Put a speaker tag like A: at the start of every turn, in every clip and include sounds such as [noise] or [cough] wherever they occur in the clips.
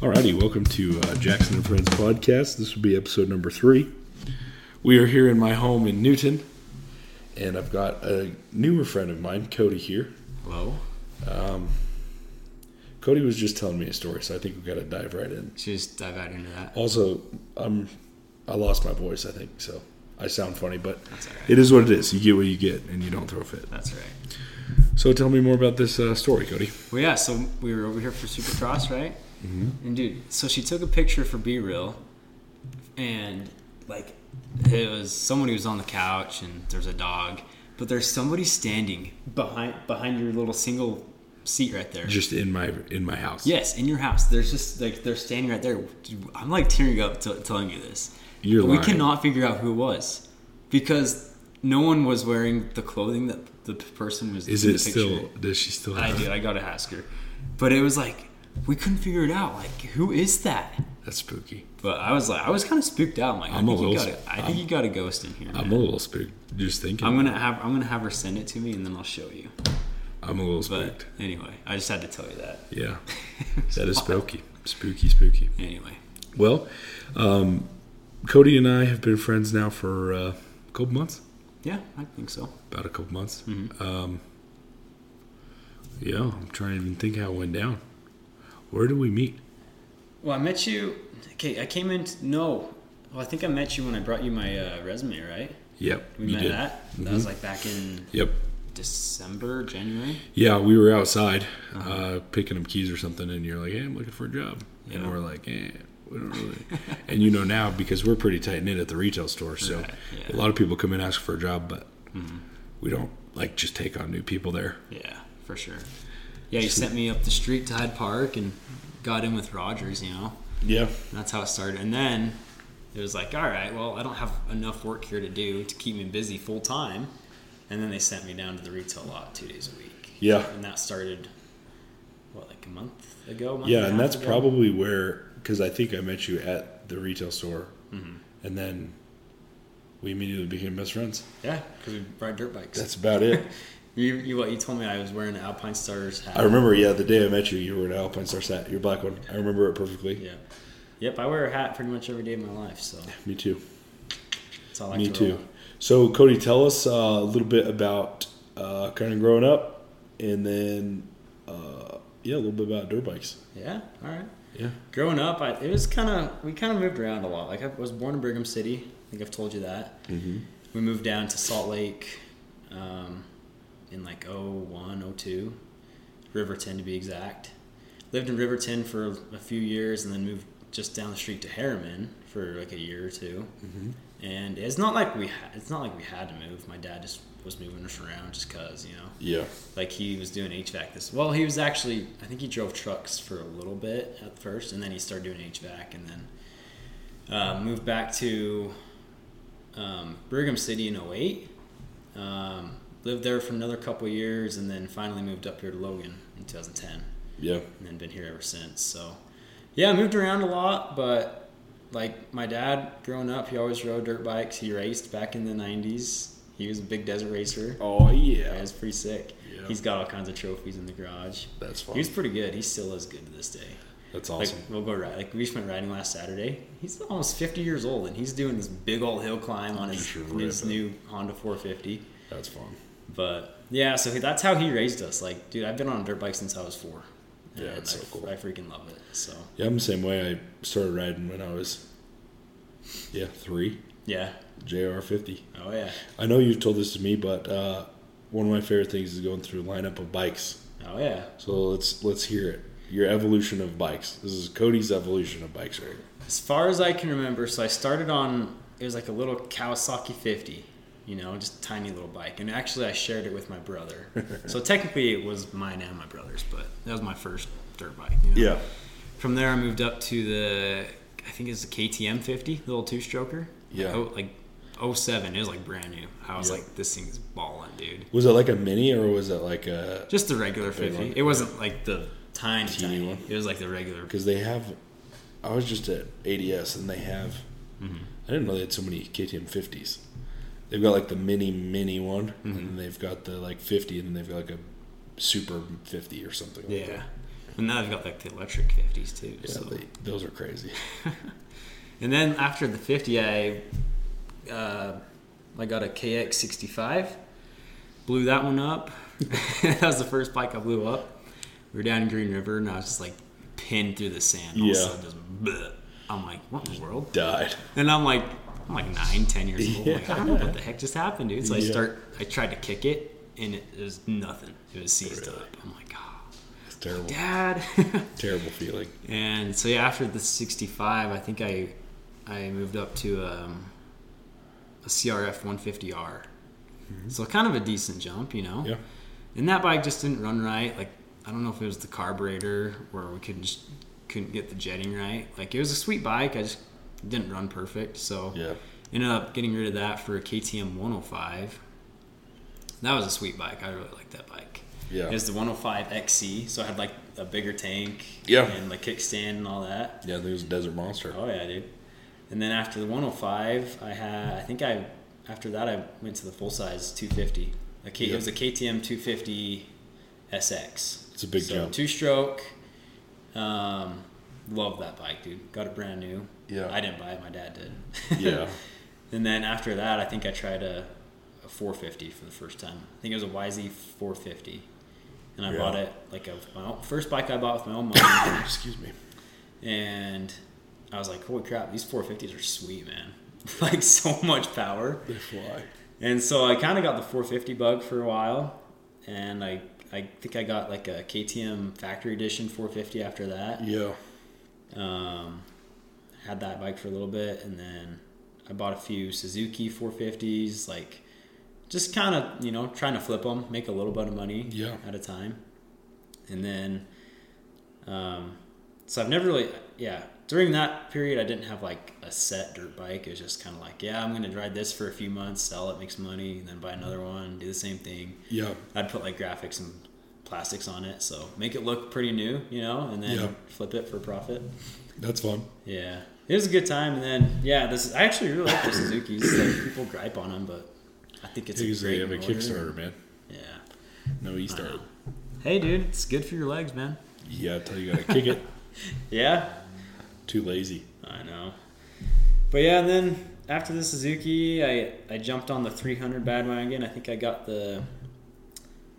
A: Alrighty, welcome to uh, Jackson and Friends podcast. This will be episode number three. We are here in my home in Newton, and I've got a newer friend of mine, Cody, here.
B: Hello.
A: Cody was just telling me a story, so I think we've got to dive right in.
B: Should we just dive out into that?
A: Also, I'm I lost my voice, I think, so I sound funny, but
B: That's all right.
A: it is what it is. You get what you get, and you don't throw a fit.
B: That's all right.
A: So tell me more about this uh, story, Cody.
B: Well, yeah. So we were over here for Supercross, right? Mm-hmm. And dude, so she took a picture for B Real, and like it was somebody was on the couch and there's a dog, but there's somebody standing behind behind your little single seat right there.
A: Just in my in my house.
B: Yes, in your house. There's just like they're standing right there. Dude, I'm like tearing up t- telling you this.
A: You're
B: But We
A: lying.
B: cannot figure out who it was because no one was wearing the clothing that the p- person was.
A: Is
B: in
A: it
B: the picture.
A: still? Does she still?
B: I
A: Have
B: did. I gotta ask her. But it was like we couldn't figure it out. Like who is that?
A: That's spooky.
B: But I was like, I was kind of spooked out. I'm like, i
A: I'm a
B: think you
A: little-
B: got a, I think you got a ghost in here.
A: I'm
B: man.
A: a little spooked just thinking.
B: I'm gonna have I'm gonna have her send it to me and then I'll show you.
A: I'm a little spooked.
B: But anyway, I just had to tell you that.
A: Yeah, that
B: [laughs]
A: is spooky, spooky, spooky.
B: Anyway,
A: Well, um, Cody and I have been friends now for uh, a couple months,
B: yeah, I think so.
A: about a couple months.
B: Mm-hmm.
A: Um, yeah, I'm trying to even think how it went down. Where did we meet?
B: Well, I met you. Okay, I came in. no, well, I think I met you when I brought you my uh, resume, right?
A: Yep,
B: We
A: you
B: met
A: did. Mm-hmm.
B: that. That was like back in
A: Yep.
B: December, January.
A: Yeah, we were outside uh, picking up keys or something, and you're like, "Hey, I'm looking for a job," and
B: Yeah.
A: we're like, "Eh, we don't really." [laughs] and you know now because we're pretty tight knit at the retail store, so
B: Right,
A: a
B: yeah.
A: lot of people come in and ask for a job, but we don't like just take on new people there.
B: Yeah, for sure. Yeah, you sent me up the street to Hyde Park and got in with Rogers. You know,
A: Yeah,
B: and that's how it started. And then it was like, all right, well, I don't have enough work here to do to keep me busy full time. And then they sent me down to the retail lot two days a week.
A: Yeah.
B: and that started what like a month ago. month
A: yeah,
B: a
A: and
B: half
A: that's
B: ago?
A: probably where because I think I met you at the retail store, and then we immediately became best friends.
B: yeah, because we ride dirt bikes.
A: That's about it.
B: You, you what you told me I was wearing an Alpine Stars
A: [laughs]
B: hat.
A: I remember, yeah, the day I met you, you were an Alpine Star Sat, your black one. I remember it perfectly.
B: Yeah. Yep, I wear a hat pretty much every day of my life, so
A: Me too.
B: it's all I
A: Me
B: like to roll.
A: too. So, Cody, tell us uh, a little bit about uh, kind of growing up, and then uh, yeah, a little bit about dirt bikes.
B: Yeah, all right.
A: Yeah.
B: Growing up, I, it was kind of we kind of moved around a lot. Like I was born in Brigham City. I think I've told you that. Mm-hmm. We moved down to Salt Lake um, in like 01, 02, Riverton to be exact. Lived in Riverton for a few years and then moved just down the street to Harriman for like a year or 2 Mm-hmm. And it's not like we ha- it's not like we had to move. My dad just was moving us around just cause you know
A: Yeah.
B: like he was doing HVAC this. Well, he was actually I think he drove trucks for a little bit at first, and then he started doing HVAC, and then uh, moved back to um, Brigham City in 08. Um, lived there for another couple years, and then finally moved up here to Logan in 2010
A: Yeah.
B: and then been here ever since. So, yeah, I moved around a lot, but like my dad growing up, he always rode dirt bikes. He raced back in the 90s. He was a big desert racer.
A: Oh
B: Yeah, it
A: yeah.
B: was pretty sick.
A: Yeah.
B: He's got all kinds of trophies in the garage.
A: That's
B: He
A: fun.
B: was pretty good. He still is good to this day.
A: That's
B: Like
A: awesome.
B: we'll go ride. Like we just went riding last Saturday. He's almost 50 years old, and he's doing this big old hill climb on his,
A: Just
B: his
A: ripping.
B: new Honda 450.
A: That's fun.
B: But yeah, so that's how he raised us. Like, dude, I've been on a dirt bike since I was four.
A: Yeah,
B: And
A: it's
B: I,
A: so cool.
B: I freaking love it. So
A: Yeah, I'm the same way. I started riding when I was yeah three.
B: yeah,
A: JR fifty.
B: oh yeah,
A: I know you've told this to me, but uh, one of my favorite things is going through a lineup of bikes.
B: oh yeah.
A: So let's let's hear it. Your evolution of bikes. This is Cody's evolution of bikes right here.
B: As far as I can remember, so I started on it was like a little Kawasaki 50, you know, just a tiny little bike. And actually, I shared it with my
A: [laughs]
B: brother. so technically, it was mine and my brother's, but that was my first dirt bike. You know? From there, I moved up to the I think it's the KTM 50, the little two stroker.
A: Yeah.
B: Oh, like. 07 it was like brand new i was
A: Yeah.
B: like this thing's balling dude
A: Was it like a mini or was it like a?
B: Just the regular 50.
A: one?
B: It wasn't like the tiny,
A: Teeny
B: tiny.
A: one?
B: It was like the regular.
A: Because they have. I was just at ADS and they have.
B: Mm-hmm.
A: I didn't know they had so many KTM fifties. They've got like the mini mini one,
B: Mm-hmm.
A: and then they've got the like fifty, and then they've got like a super fifty or something. Like
B: Yeah.
A: that.
B: And now they've got like the electric 50s too.
A: Yeah,
B: so.
A: they- those are crazy. [laughs]
B: and then after the 50, I uh, I got a KX65, blew that one up. [laughs] that was the first bike I blew up. We were down in Green River, and I was just like pinned through the sand. All of a
A: Yeah.
B: sudden, just bleh. I'm like, what in the world?
A: Died.
B: And I'm like, I'm like nine, ten years old. Like, I don't know
A: Yeah.
B: what the heck just happened, dude. So I
A: Yeah.
B: start, I tried to kick it, and it, it was nothing. It was seized
A: Really?
B: up. I'm like, oh,
A: It's terrible.
B: dad. [laughs]
A: Terrible feeling.
B: and so yeah, after the 65, I think I, I moved up to um, a CRF 150R. So kind of a decent jump, you know.
A: Yeah.
B: And that bike just didn't run right. Like I don't know if it was the carburetor or we couldn't just couldn't get the jetting right. Like it was a sweet bike. I just didn't run perfect. So
A: Yeah.
B: ended up getting rid of that for a KTM 105. That was a sweet bike. I really liked that bike.
A: Yeah.
B: It was the 105 XC, E. so I had like a bigger tank.
A: Yeah.
B: And like kickstand and all that.
A: Yeah, I think it was a desert
B: [gasps]
A: monster.
B: Oh yeah, dude. And then after the 105, I had I think I after that I went to the full size 250. A K,
A: Yeah.
B: It was a KTM 250 SX.
A: It's a big
B: so
A: jump.
B: Two stroke. Um, love that bike, dude. Got it brand new.
A: Yeah.
B: I didn't buy it. My dad did.
A: Yeah.
B: [laughs] And then after that, I think I tried a, a 450 for the first time. I think it was a YZ 450, and I
A: Yeah.
B: bought it like a my own, first bike I bought with my own money.
A: Excuse me.
B: and I was like, "Holy crap, these 450s are sweet, man! [laughs] like so much power."
A: They fly.
B: And so I kind of got the 450 bug for a while, and I I think I got like a KTM factory edition 450 after that.
A: Yeah.
B: Um, had that bike for a little bit, and then I bought a few Suzuki 450s, like just kind of you know trying to flip them, make a little bit of money
A: Yeah.
B: at a time, and then um, so I've never really yeah during that period I didn't have like a set dirt bike. It was just kind of like yeah I'm gonna ride this for a few months, sell it, make some money, and then buy another one, do the same thing.
A: Yeah.
B: I'd put like graphics and plastics on it, so make it look pretty new, you know, and then
A: Yeah.
B: flip it for profit.
A: That's fun.
B: Yeah, it was a good time, and then yeah, this I actually really like the Suzuki's. Like, people gripe on them, but I think it's
A: Because
B: a
A: they
B: great
A: have a
B: motor.
A: Kickstarter, man.
B: Yeah.
A: No e start.
B: Hey, dude, it's good for your legs, man.
A: Yeah, until you gotta kick it.
B: Yeah,
A: Too lazy.
B: I know. But yeah, and then after the Suzuki, I I jumped on the 300 bandwagon. I think I got the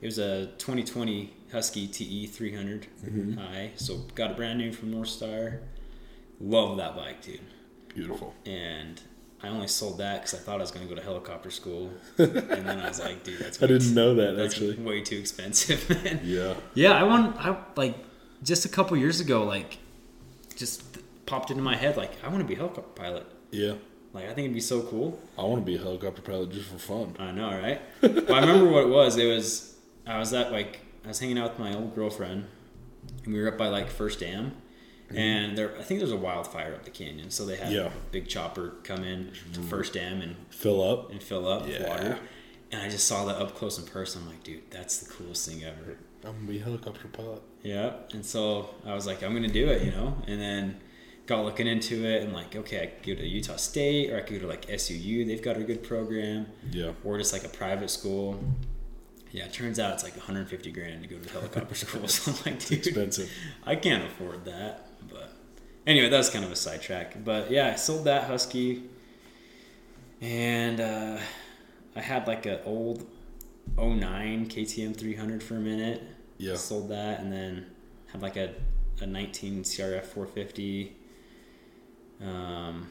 B: it was a 2020 Husky TE 300
A: Mm-hmm.
B: high, so got it brand new from North Star. Love that bike, dude.
A: Beautiful.
B: and I only sold that because I thought I was going to go to helicopter
A: [laughs]
B: school, and then I was like, dude, that's
A: I didn't know that
B: that's
A: actually.
B: way too expensive, [laughs] man.
A: Yeah.
B: Yeah, I won. I like just a couple years ago, like just th- popped into my head, like I want to be a helicopter pilot.
A: Yeah.
B: Like I think it'd be so cool.
A: I want to be a helicopter pilot just for fun.
B: I know,
A: [laughs]
B: right? well, I remember what it was. It was I was at like I was hanging out with my old girlfriend, and we were up by like First Dam, and there I think there was a wildfire up the canyon, so they had
A: Mm-hmm. Yeah.
B: a big chopper come in to First Dam and
A: Fill up.
B: and fill up with
A: Yeah.
B: water. And I just saw that up close and personal. I'm like, dude, that's the coolest thing ever.
A: I'm gonna be a helicopter pilot.
B: Yeah. And so I was like, I'm gonna do it, you know. And then got looking into it and like, okay, I could go to Utah State or I could go to like SUU. They've got a good program,
A: Yeah.
B: or just like a private school. Yeah, it turns out it's like 150 grand to go to helicopter [laughs] school. So I'm like, dude,
A: Expensive.
B: I can't afford that. But anyway, that's kind of a sidetrack. But yeah, I sold that husky, and uh, I had like an old 09 KTM 300 for a minute.
A: Yeah.
B: Sold that, and then had like a, a 19 CRF 450. Um,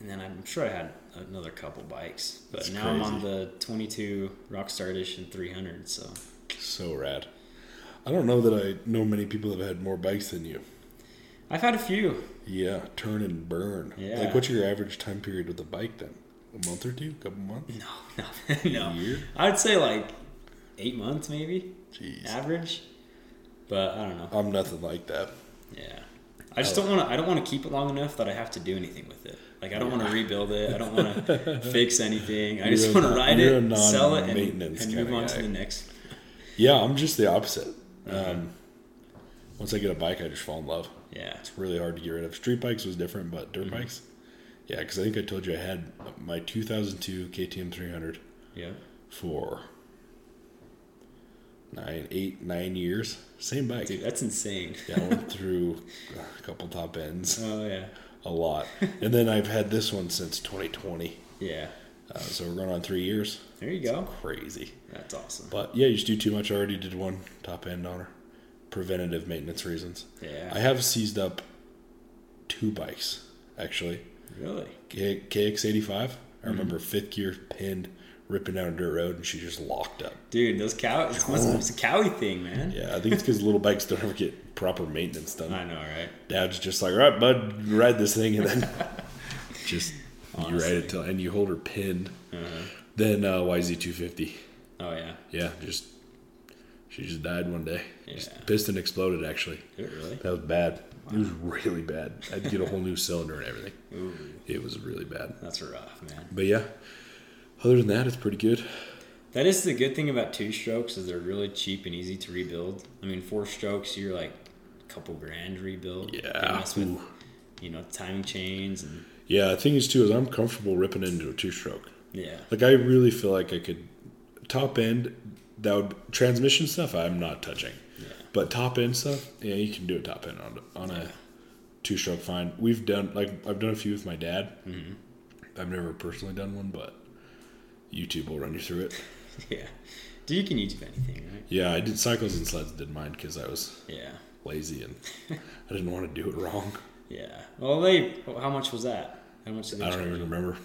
B: and then I'm sure I had another couple bikes, but
A: That's
B: now I'm on
A: crazy.
B: the 22 Rockstar Edition 300. So
A: So rad. I don't know that I know many people that have had more bikes than you.
B: I've had a few. [laughs]
A: Yeah, turn and burn.
B: Yeah.
A: Like, what's your average time period with a bike then? A month or two? Couple months?
B: No, no, no.
A: year?
B: I'd say like eight months, maybe
A: Jeez.
B: average. But I don't know.
A: I'm nothing like that.
B: Yeah, I
A: Oh.
B: just don't want to. I don't want to keep it long enough that I have to do anything with it. Like I don't want to rebuild it. I don't
A: [laughs]
B: want to fix anything. I
A: You're
B: just
A: a
B: want to
A: non-
B: ride
A: you're a
B: it, sell it, and,
A: non-maintenance
B: and
A: kinda
B: move on
A: guy.
B: to the next.
A: Yeah, I'm just the opposite. Um, once I get a bike, I just fall in love.
B: Yeah,
A: Really hard to get rid of. Street bikes was different, but dirt
B: Mm-hmm.
A: bikes, yeah. Because I think I told you I had my 2002 KTM 300
B: yeah.
A: for nine, eight, nine years. Same bike.
B: Dude, that's insane.
A: [laughs] Yeah, I went through a couple top ends,
B: Oh yeah.
A: a lot, and then I've had this one since 2020.
B: Yeah.
A: Uh, so we're going on three years.
B: There you go.
A: Crazy.
B: That's awesome.
A: But yeah, you just do too much. I already did one top end on her. Preventative maintenance reasons.
B: Yeah.
A: I have seized up two bikes, actually.
B: really?
A: K- KX85,
B: Mm-hmm.
A: I remember fifth gear pinned, ripping down a dirt road, and she just locked up.
B: Dude, those cow it's, must-
A: Oh.
B: it's a cowie thing, man.
A: Yeah, I think it's because little bikes don't ever get proper maintenance done.
B: I know, right?
A: Dad's just like, all right, bud, ride this thing, and then
B: [laughs]
A: just you ride it till, and you hold her pinned.
B: Uh-huh.
A: Then uh, YZ250,
B: Oh yeah.
A: yeah, just she just died one day.
B: Yeah.
A: Just piston exploded actually.
B: Did it really?
A: That was bad. It was really bad. I had to get a whole
B: [laughs]
A: new cylinder and everything.
B: Ooh,
A: It was really bad.
B: that's rough, man.
A: But yeah, other than that, it's pretty good.
B: That is the good thing about two strokes is they're really cheap and easy to rebuild. I mean, four strokes you're like a couple grand rebuild. You
A: Yeah.
B: mess with,
A: Ooh.
B: you know, timing chains and
A: Yeah, the thing is too is I'm comfortable ripping into a two stroke.
B: yeah. [laughs]
A: Like I really feel like I could top end that would transmission stuff I'm not touching. But top end stuff, yeah, you can do a top end on on a two stroke fine. We've done like I've done a few with my dad. I've never personally done one, but YouTube will run you through it.
B: Yeah. Dude, you can YouTube anything, right?
A: Yeah, I did cycles and sleds did mine because I was
B: Yeah.
A: lazy and I didn't want to do it wrong.
B: Yeah. Well, they. How much was that? How much did they
A: I don't
B: charge?
A: even remember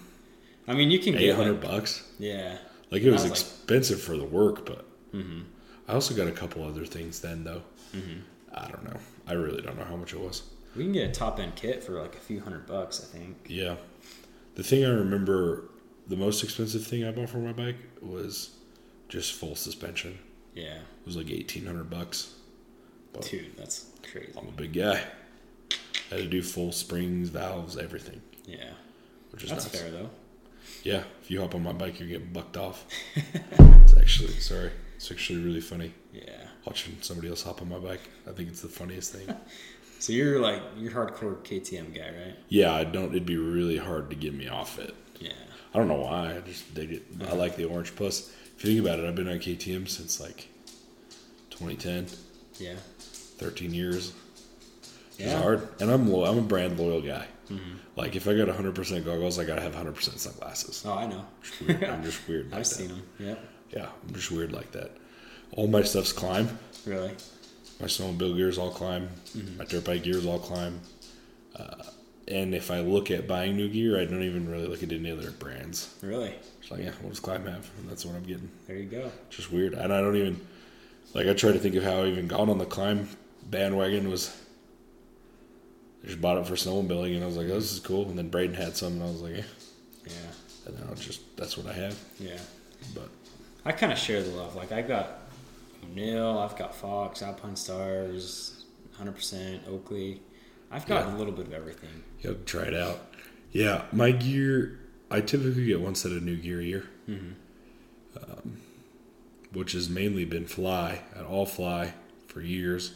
B: I mean, you can
A: eight
B: get
A: hundred
B: like,
A: bucks.
B: yeah.
A: Like it was
B: I was like- Mm-hmm.
A: expensive for the work, but I also got a couple other things then though. I don't know. I really don't know how much it was.
B: We can get a top end kit for like a few hundred bucks, I think.
A: Yeah, the thing I remember, the most expensive thing I bought for my bike was just full suspension.
B: Yeah.
A: It was like eighteen hundred bucks. But
B: Dude, that's crazy.
A: I'm a big guy. I had to do full springs, valves, everything,
B: Yeah.
A: which is
B: That's
A: nice.
B: fair though.
A: Yeah, if you hop on my bike, you get bucked
B: [laughs]
A: off. it's actually sorry. It's actually really funny
B: Yeah.
A: watching somebody else hop on my bike. I think it's the funniest thing.
B: So you're like you're hardcore KTM guy, right?
A: Yeah, I don't. It'd be really hard to get me off it.
B: Yeah.
A: I don't know why. I just dig it. I like the orange. Plus, if you think about it, I've been on KTM since like 2010,
B: Yeah.
A: 13 years. It's
B: Yeah. Mm-hmm.
A: hard, and I'm loyal. I'm a brand loyal guy. Like if I got 100% goggles, I gotta have 100% sunglasses.
B: Oh, I know.
A: It's weird. I'm just weird. Like
B: [laughs] I've
A: that.
B: seen them. Yep.
A: Yeah, I'm just weird like that. All my stuff's climb.
B: Really.
A: My snowmobile gears all climb.
B: Mm-hmm.
A: My dirt bike gears all climb. Uh, and if I look at buying new gear, I don't even really look at any other brands.
B: Really.
A: It's like, yeah, what does Climb have? And that's what I'm getting.
B: There you go.
A: It's Just weird. And I don't even, like, I try to think of how I even got on the Climb bandwagon was, I just bought it for snowmobiling and I was like, oh, this is cool. And then Braden had some and I was like, yeah.
B: Yeah.
A: And now it's just, that's what I have.
B: Yeah.
A: But
B: I kind of share the love. Like I got O'Neill, I've got Fox, Alpine Stars, 100% Oakley. I've got
A: Yeah.
B: a little bit of everything.
A: you have to try it out. Yeah, my gear, I typically get one set of new gear a year, um, which has mainly been fly at all fly for years.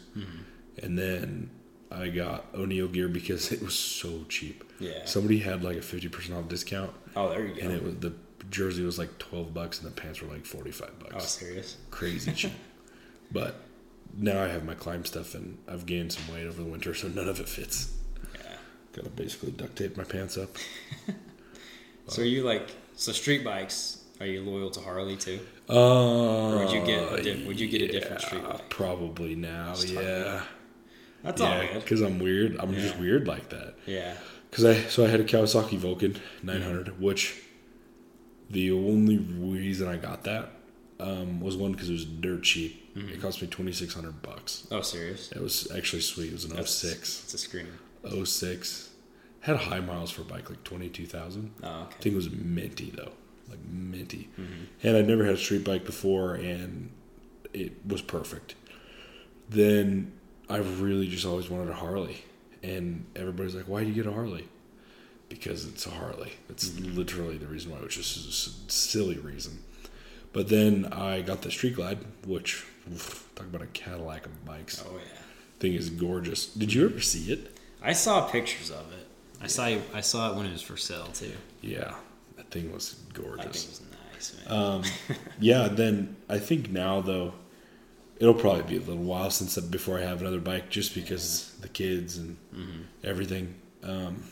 A: And then I got O'Neill gear because it was so cheap.
B: Yeah.
A: Somebody had like a 50% off discount,
B: Oh, there you
A: and
B: go.
A: it was the jersey was like 12 bucks and the pants were like 45
B: Oh,
A: bucks.
B: serious?
A: Crazy cheap. But now I have my climb stuff and I've gained some weight over the winter, so none of it fits.
B: Yeah.
A: Gotta basically duct tape my pants up.
B: So are you like so street bikes? Are you loyal to Harley too?
A: Uh,
B: would you get a diff- would you get a different street bike?
A: Probably now, yeah,
B: That's
A: yeah,
B: all good.
A: because I'm weird. I'm just
B: Yeah.
A: weird like that.
B: Yeah.
A: Because I so I had a Kawasaki Vulcan 900,
B: Mm-hmm.
A: which the only reason I got that um, was one because it was dirt cheap.
B: Mm-hmm.
A: It cost me 2,600 bucks.
B: Oh, serious?
A: It was actually sweet. It was an
B: That's-
A: 06.
B: It's a scream.
A: 06. Had high miles for a bike, like 22,000.
B: Oh,
A: I
B: okay. Mm-hmm.
A: think it was minty though, like minty. And I'd never had a street bike before, and it was perfect. Then I really just always wanted a Harley, and everybody's like, "Why do you get a Harley?" Because it's a Harley. That's literally the reason why, which is s- silly reason. But then I got the Street Glide, which oof, talk about a Cadillac of bikes.
B: Oh yeah.
A: Thing is gorgeous. Did you ever see it?
B: I saw pictures of it. I saw I saw it when it was for sale too.
A: Yeah, that thing was
B: I think it
A: gorgeous.
B: was nice, man.
A: Yeah, then I think now though, it'll probably be a little while since before I have another bike, just because the kids and
B: Mm-hmm.
A: everything. Um,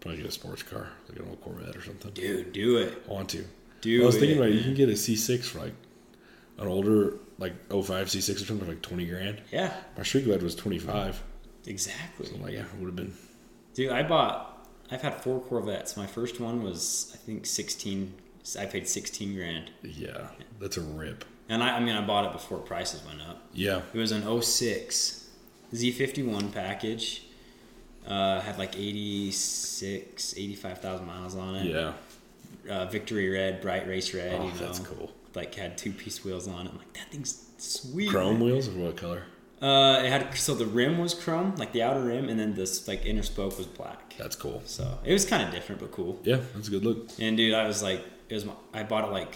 A: probably get a sports car, like an old Corvette or something.
B: Dude, do it.
A: I want to.
B: Do
A: I was thinking
B: it.
A: about it. You can get a C6 for like an older, like 05 C6 or something, for like twenty grand.
B: Yeah,
A: My street glide was twenty five.
B: exactly.
A: I'm like, yeah, would have been.
B: Dude, I bought. I've had four Corvettes. My first one was, I think, sixteen. I paid sixteen grand,
A: Yeah, that's a rip.
B: and I, I mean, I bought it before prices went up.
A: Yeah,
B: It was an 06 Z51 package. Uh, had like 86, 85,000 miles on it.
A: yeah.
B: Uh, Victory red, bright race red.
A: Oh,
B: you know,
A: that's cool.
B: Like had two piece wheels on it. I'm like, that thing's sweet.
A: Chrome wheels or what color?
B: Uh, it had so the rim was chrome, like the outer rim, and then this like inner spoke was black.
A: That's cool.
B: So it was kind of different but cool.
A: Yeah, that's a good look. [laughs]
B: And dude, I was like, it was my, I bought it like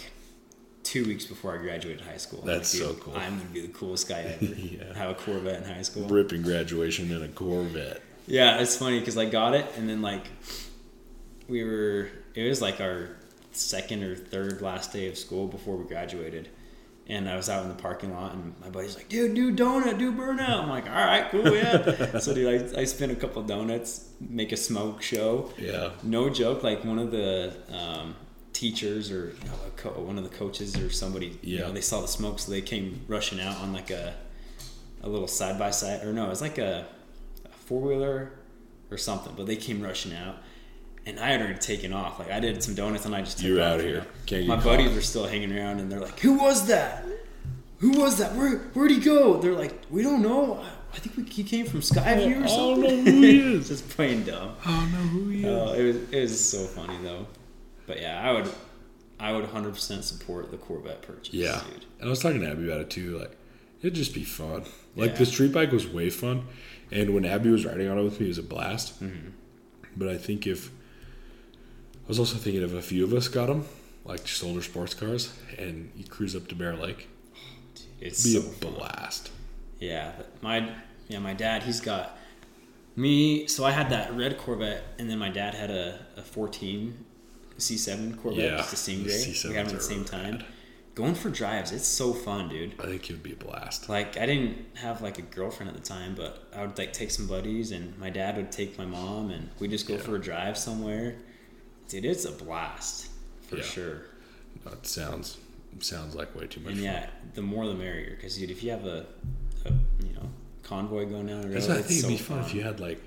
B: two weeks before I graduated high school. I'm
A: That's
B: like,
A: so
B: dude,
A: cool.
B: I'm gonna be the coolest guy ever.
A: [laughs] Yeah.
B: Have a Corvette in high school.
A: Ripping graduation in a Corvette.
B: Yeah, it's funny because I got it, and then like we were, it was like our second or third last day of school before we graduated, and I was out in the parking lot, and my buddy's like, "Dude, do donut, do burnout." I'm like, "All right, cool, yeah." so dude, I I spin a couple donuts, make a smoke show.
A: Yeah.
B: No joke, like one of the um, teachers or uh, co- one of the coaches or somebody, you
A: Yeah.
B: know, they saw the smoke, so they came rushing out on like a a little side by side, or no, it was like a, a four wheeler or something, but they came rushing out. And I had already taken off. Like I did some donuts, and I just took
A: You're
B: off,
A: outta
B: you
A: here.
B: know.
A: Can't get
B: My
A: caught.
B: buddies were still hanging around, and they're like, "Who was that? Who was that? Where where'd he go?" They're like, "We don't know. I, I think we, he came from Skyview or
A: I don't
B: something."
A: know who he is.
B: [laughs] just playing dumb.
A: Oh no, who you?
B: Oh, it was it was so funny though. But yeah, I would I would 100% support the Corvette purchase.
A: Yeah.
B: dude.
A: And I was talking to Abby about it too. Like, it'd just be fun. Like,
B: Yeah.
A: the street bike was way fun. And when Abby was riding on it with me, it was a blast.
B: Mm-hmm.
A: But I think if. I was also thinking if a few of us got them, like just older sports cars, and you cruise up to Bear Lake,
B: It's
A: it'd be
B: so,
A: a blast.
B: yeah. but My yeah, my dad he's got me. So I had that red Corvette, and then my dad had a, a 14 C7 Corvette,
A: Yeah,
B: just a same
A: the
B: gray. We had them
A: C7s
B: at the same
A: are
B: time.
A: rad.
B: Going for drives, it's so fun, dude.
A: I think it'd be a blast.
B: like I didn't have like a girlfriend at the time, but I would like take some buddies, and my dad would take my mom, and we would just go for a drive somewhere. Dude, it's a blast for
A: Yeah.
B: sure.
A: That sounds sounds like way too much
B: And
A: fun.
B: yeah, the more the merrier, because dude, if you have a, a you know convoy going down the road,
A: That's what I
B: it's
A: think
B: so
A: it'd be fun,
B: fun. Mm-hmm.
A: if you had like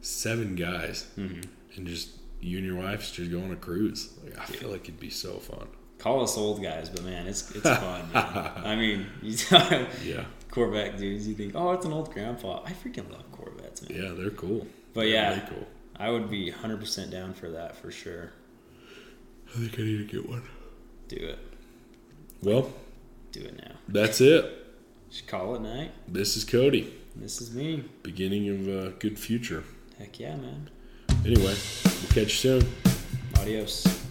A: seven guys and just you and your wife just go on a cruise. Like, I feel like it'd be so fun.
B: Call us old guys, but man, it's
A: [laughs]
B: it's fun. man. I mean, [laughs] you tell
A: Yeah.
B: Corvette dudes, you think, oh, it's an old grandpa. I freaking love Corvettes, man.
A: Yeah, they're cool.
B: But
A: They're
B: yeah.
A: really cool.
B: I would be hundred percent down for that for sure.
A: I think I need to get one.
B: Do it,
A: Well,
B: do it now.
A: that's it.
B: Just call it night.
A: This is Cody.
B: This is me.
A: Beginning of a good future.
B: Heck yeah, man.
A: Anyway, we'll catch you soon.
B: Adios.